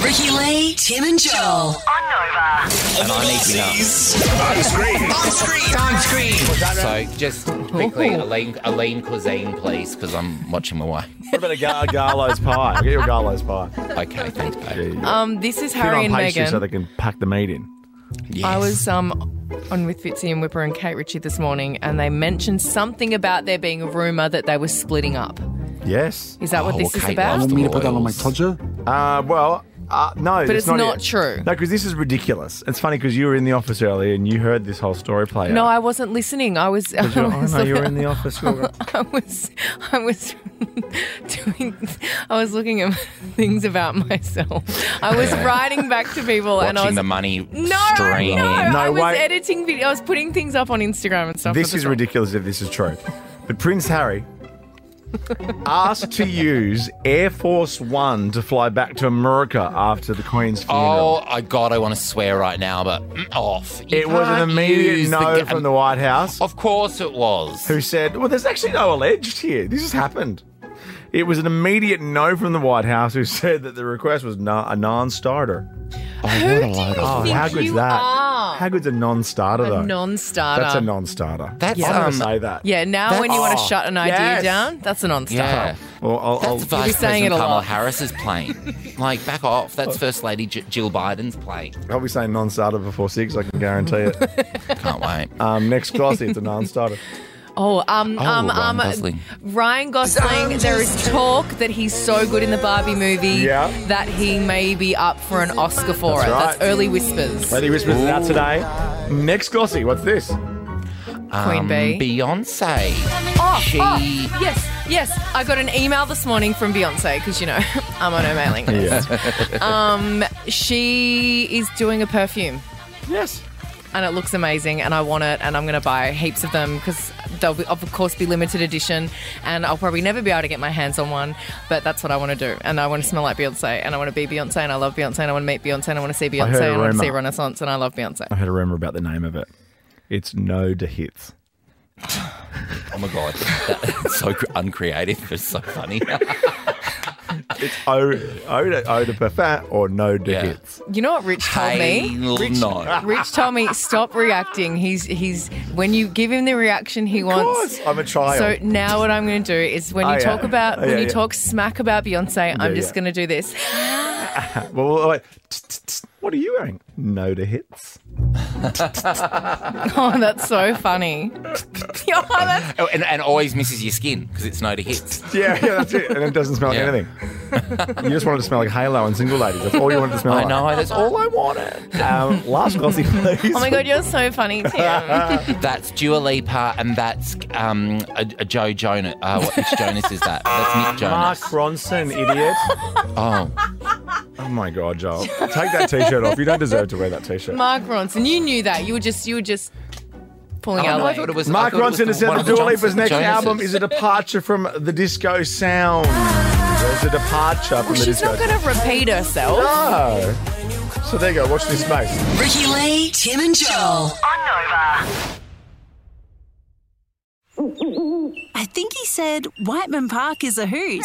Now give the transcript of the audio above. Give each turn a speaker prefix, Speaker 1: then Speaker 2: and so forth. Speaker 1: Ricky Lee, Tim and Joel.
Speaker 2: And I need to know.
Speaker 3: So just quickly, Elaine, Elaine cuisine, please, because I'm watching my wife.
Speaker 2: What about a gar- Garlow's pie? I'll get you a Garlow's pie.
Speaker 3: Okay, thanks, babe.
Speaker 4: Um, this is
Speaker 2: Put it
Speaker 4: Harry
Speaker 2: on
Speaker 4: and
Speaker 2: pastry so
Speaker 4: Meghan.
Speaker 2: they can pack the meat in.
Speaker 3: Yes.
Speaker 4: I was um, on with Fitzy and Whipper and Kate Ritchie this morning, and they mentioned something about there being a rumor that they were splitting up.
Speaker 2: Yes.
Speaker 4: Is that what
Speaker 3: Oh,
Speaker 4: this
Speaker 3: well,
Speaker 4: is
Speaker 3: Kate
Speaker 4: about?
Speaker 3: loves
Speaker 5: Want me to put that on my
Speaker 3: Oils.
Speaker 5: todger?
Speaker 2: Uh, well, uh, no.
Speaker 4: But it's not
Speaker 2: it.
Speaker 4: true.
Speaker 2: No, because this is ridiculous. It's funny because you were in the office earlier and you heard this whole story play
Speaker 4: No,
Speaker 2: out.
Speaker 4: I wasn't listening. I was. I
Speaker 2: You know, oh,
Speaker 4: was,
Speaker 2: no, you were in the office. You were-
Speaker 4: I was. I was doing. I was looking at things about myself. I was writing back to people, and I
Speaker 3: watching
Speaker 4: was
Speaker 3: the money
Speaker 4: no,
Speaker 3: stream.
Speaker 4: no.
Speaker 3: in.
Speaker 2: No
Speaker 4: I was
Speaker 2: way.
Speaker 4: editing video. I was putting things up on Instagram and stuff.
Speaker 2: this
Speaker 4: for
Speaker 2: is
Speaker 4: the-
Speaker 2: ridiculous if this is true. But Prince Harry asked to use Air Force One to fly back to America after the Queen's funeral.
Speaker 3: Oh, I God, I want to swear right now, but mm, off. You
Speaker 2: it was an
Speaker 3: can't
Speaker 2: immediate
Speaker 3: use
Speaker 2: no
Speaker 3: ga-
Speaker 2: from the White House.
Speaker 3: Of course it was.
Speaker 2: who said, Well, there's actually no alleged here. This has happened. It was an immediate no from the White House, who said that the request was no, a non starter.
Speaker 3: what a load of-
Speaker 2: Oh,
Speaker 4: think
Speaker 2: how good's
Speaker 4: you
Speaker 2: that?
Speaker 4: are?
Speaker 2: How good's a non starter, though?
Speaker 4: A non-starter.
Speaker 2: That's a non starter.
Speaker 3: That's,
Speaker 2: I'm
Speaker 3: um,
Speaker 2: going to say that.
Speaker 4: Yeah, now when you want to
Speaker 3: Oh,
Speaker 4: shut an idea
Speaker 2: yes.
Speaker 4: down, that's a non-starter.
Speaker 3: Yeah.
Speaker 2: Well, I'll, I'll,
Speaker 3: That's Vice
Speaker 4: saying
Speaker 3: President
Speaker 4: it a
Speaker 3: Kamala
Speaker 4: lot.
Speaker 3: Harris's plane. like, back off. That's First Lady J- Jill Biden's plane.
Speaker 2: I'll be saying non starter before six, I can guarantee it.
Speaker 3: Can't wait.
Speaker 2: um, next class, it's a non starter.
Speaker 4: Oh, um,
Speaker 3: Oh,
Speaker 4: um,
Speaker 3: Ryan
Speaker 4: um,
Speaker 3: Gosling.
Speaker 4: Ryan Gosling. There is talk that he's so good in the Barbie movie
Speaker 2: Yeah.
Speaker 4: that he may be up for an Oscar for
Speaker 2: That's
Speaker 4: it.
Speaker 2: right.
Speaker 4: That's early whispers.
Speaker 2: Lady Whispers is out today. Next glossy, what's this?
Speaker 4: Queen
Speaker 3: Um,
Speaker 4: Bee.
Speaker 3: Beyonce.
Speaker 4: Oh,
Speaker 3: she.
Speaker 4: oh, yes, yes. I got an email this morning from Beyonce because you know I'm on her mailing list. um, she is doing a perfume.
Speaker 2: Yes.
Speaker 4: and it looks amazing and I want it and I'm going to buy heaps of them because they'll be, of course be limited edition and I'll probably never be able to get my hands on one but that's what I want to do and I want to smell like Beyonce and I want to be Beyonce and I love Beyonce and I want to meet Beyonce and I want to see
Speaker 2: heard
Speaker 4: Beyonce
Speaker 2: a
Speaker 4: and I want to
Speaker 2: rumour.
Speaker 4: see Renaissance and I love Beyonce.
Speaker 2: I heard a rumor about the name of it. It's No to Hits.
Speaker 3: Oh my God. That's so cr- uncreative. It's so funny.
Speaker 2: O, o, to, o to Parfait or No to
Speaker 3: Yeah.
Speaker 2: Hits.
Speaker 4: You know what Rich told
Speaker 3: hey,
Speaker 4: me?
Speaker 3: l- no.
Speaker 4: Rich told me stop reacting. He's he's when you give him the reaction he wants.
Speaker 2: course, I'm a child.
Speaker 4: So now what I'm going to do is when you
Speaker 2: Oh, yeah.
Speaker 4: talk about
Speaker 2: Oh,
Speaker 4: when
Speaker 2: yeah,
Speaker 4: you
Speaker 2: yeah.
Speaker 4: talk smack about Beyonce, I'm just
Speaker 2: yeah.
Speaker 4: going to do this.
Speaker 2: Well, well, wait. Tss, tss, tss. What are you wearing? No to hits.
Speaker 4: Oh, that's so funny. oh, that's
Speaker 3: Oh, and, and always misses your skin because it's no to hits.
Speaker 2: Yeah, yeah, that's it. And it doesn't smell like
Speaker 3: Yeah.
Speaker 2: anything. You just wanted to smell like Halo and Single Ladies. That's all you wanted to smell
Speaker 3: I
Speaker 2: like.
Speaker 3: know, that's all I wanted.
Speaker 2: Um, last glossy, please.
Speaker 4: Oh my god, you're so funny, Tim.
Speaker 3: That's Dua Lipa and that's um, a, a Joe Jonas. Uh, what which Jonas is that? That's Nick
Speaker 2: Mark
Speaker 3: Jonas.
Speaker 2: Ronson, idiot.
Speaker 3: Oh,
Speaker 2: Oh my God, Joel. Take that t shirt off. You don't deserve to wear that t shirt.
Speaker 4: Mark Ronson, you knew that. You were just you were just pulling
Speaker 3: Oh,
Speaker 4: out.
Speaker 3: no, I
Speaker 4: leg.
Speaker 3: thought it was
Speaker 2: Mark Ronson has said
Speaker 3: one
Speaker 2: that
Speaker 3: of the
Speaker 2: Dua
Speaker 3: Johnson-
Speaker 2: Lipa's next
Speaker 3: Jonases.
Speaker 2: album is a departure from the disco sound. There's a departure from
Speaker 4: Ah. Well,
Speaker 2: the
Speaker 4: she's
Speaker 2: disco
Speaker 4: not going to repeat herself.
Speaker 2: No. So there you go. Watch this space.
Speaker 1: Ricky Lee, Tim and Joel.
Speaker 6: I think he said Whiteman Park is a hoot.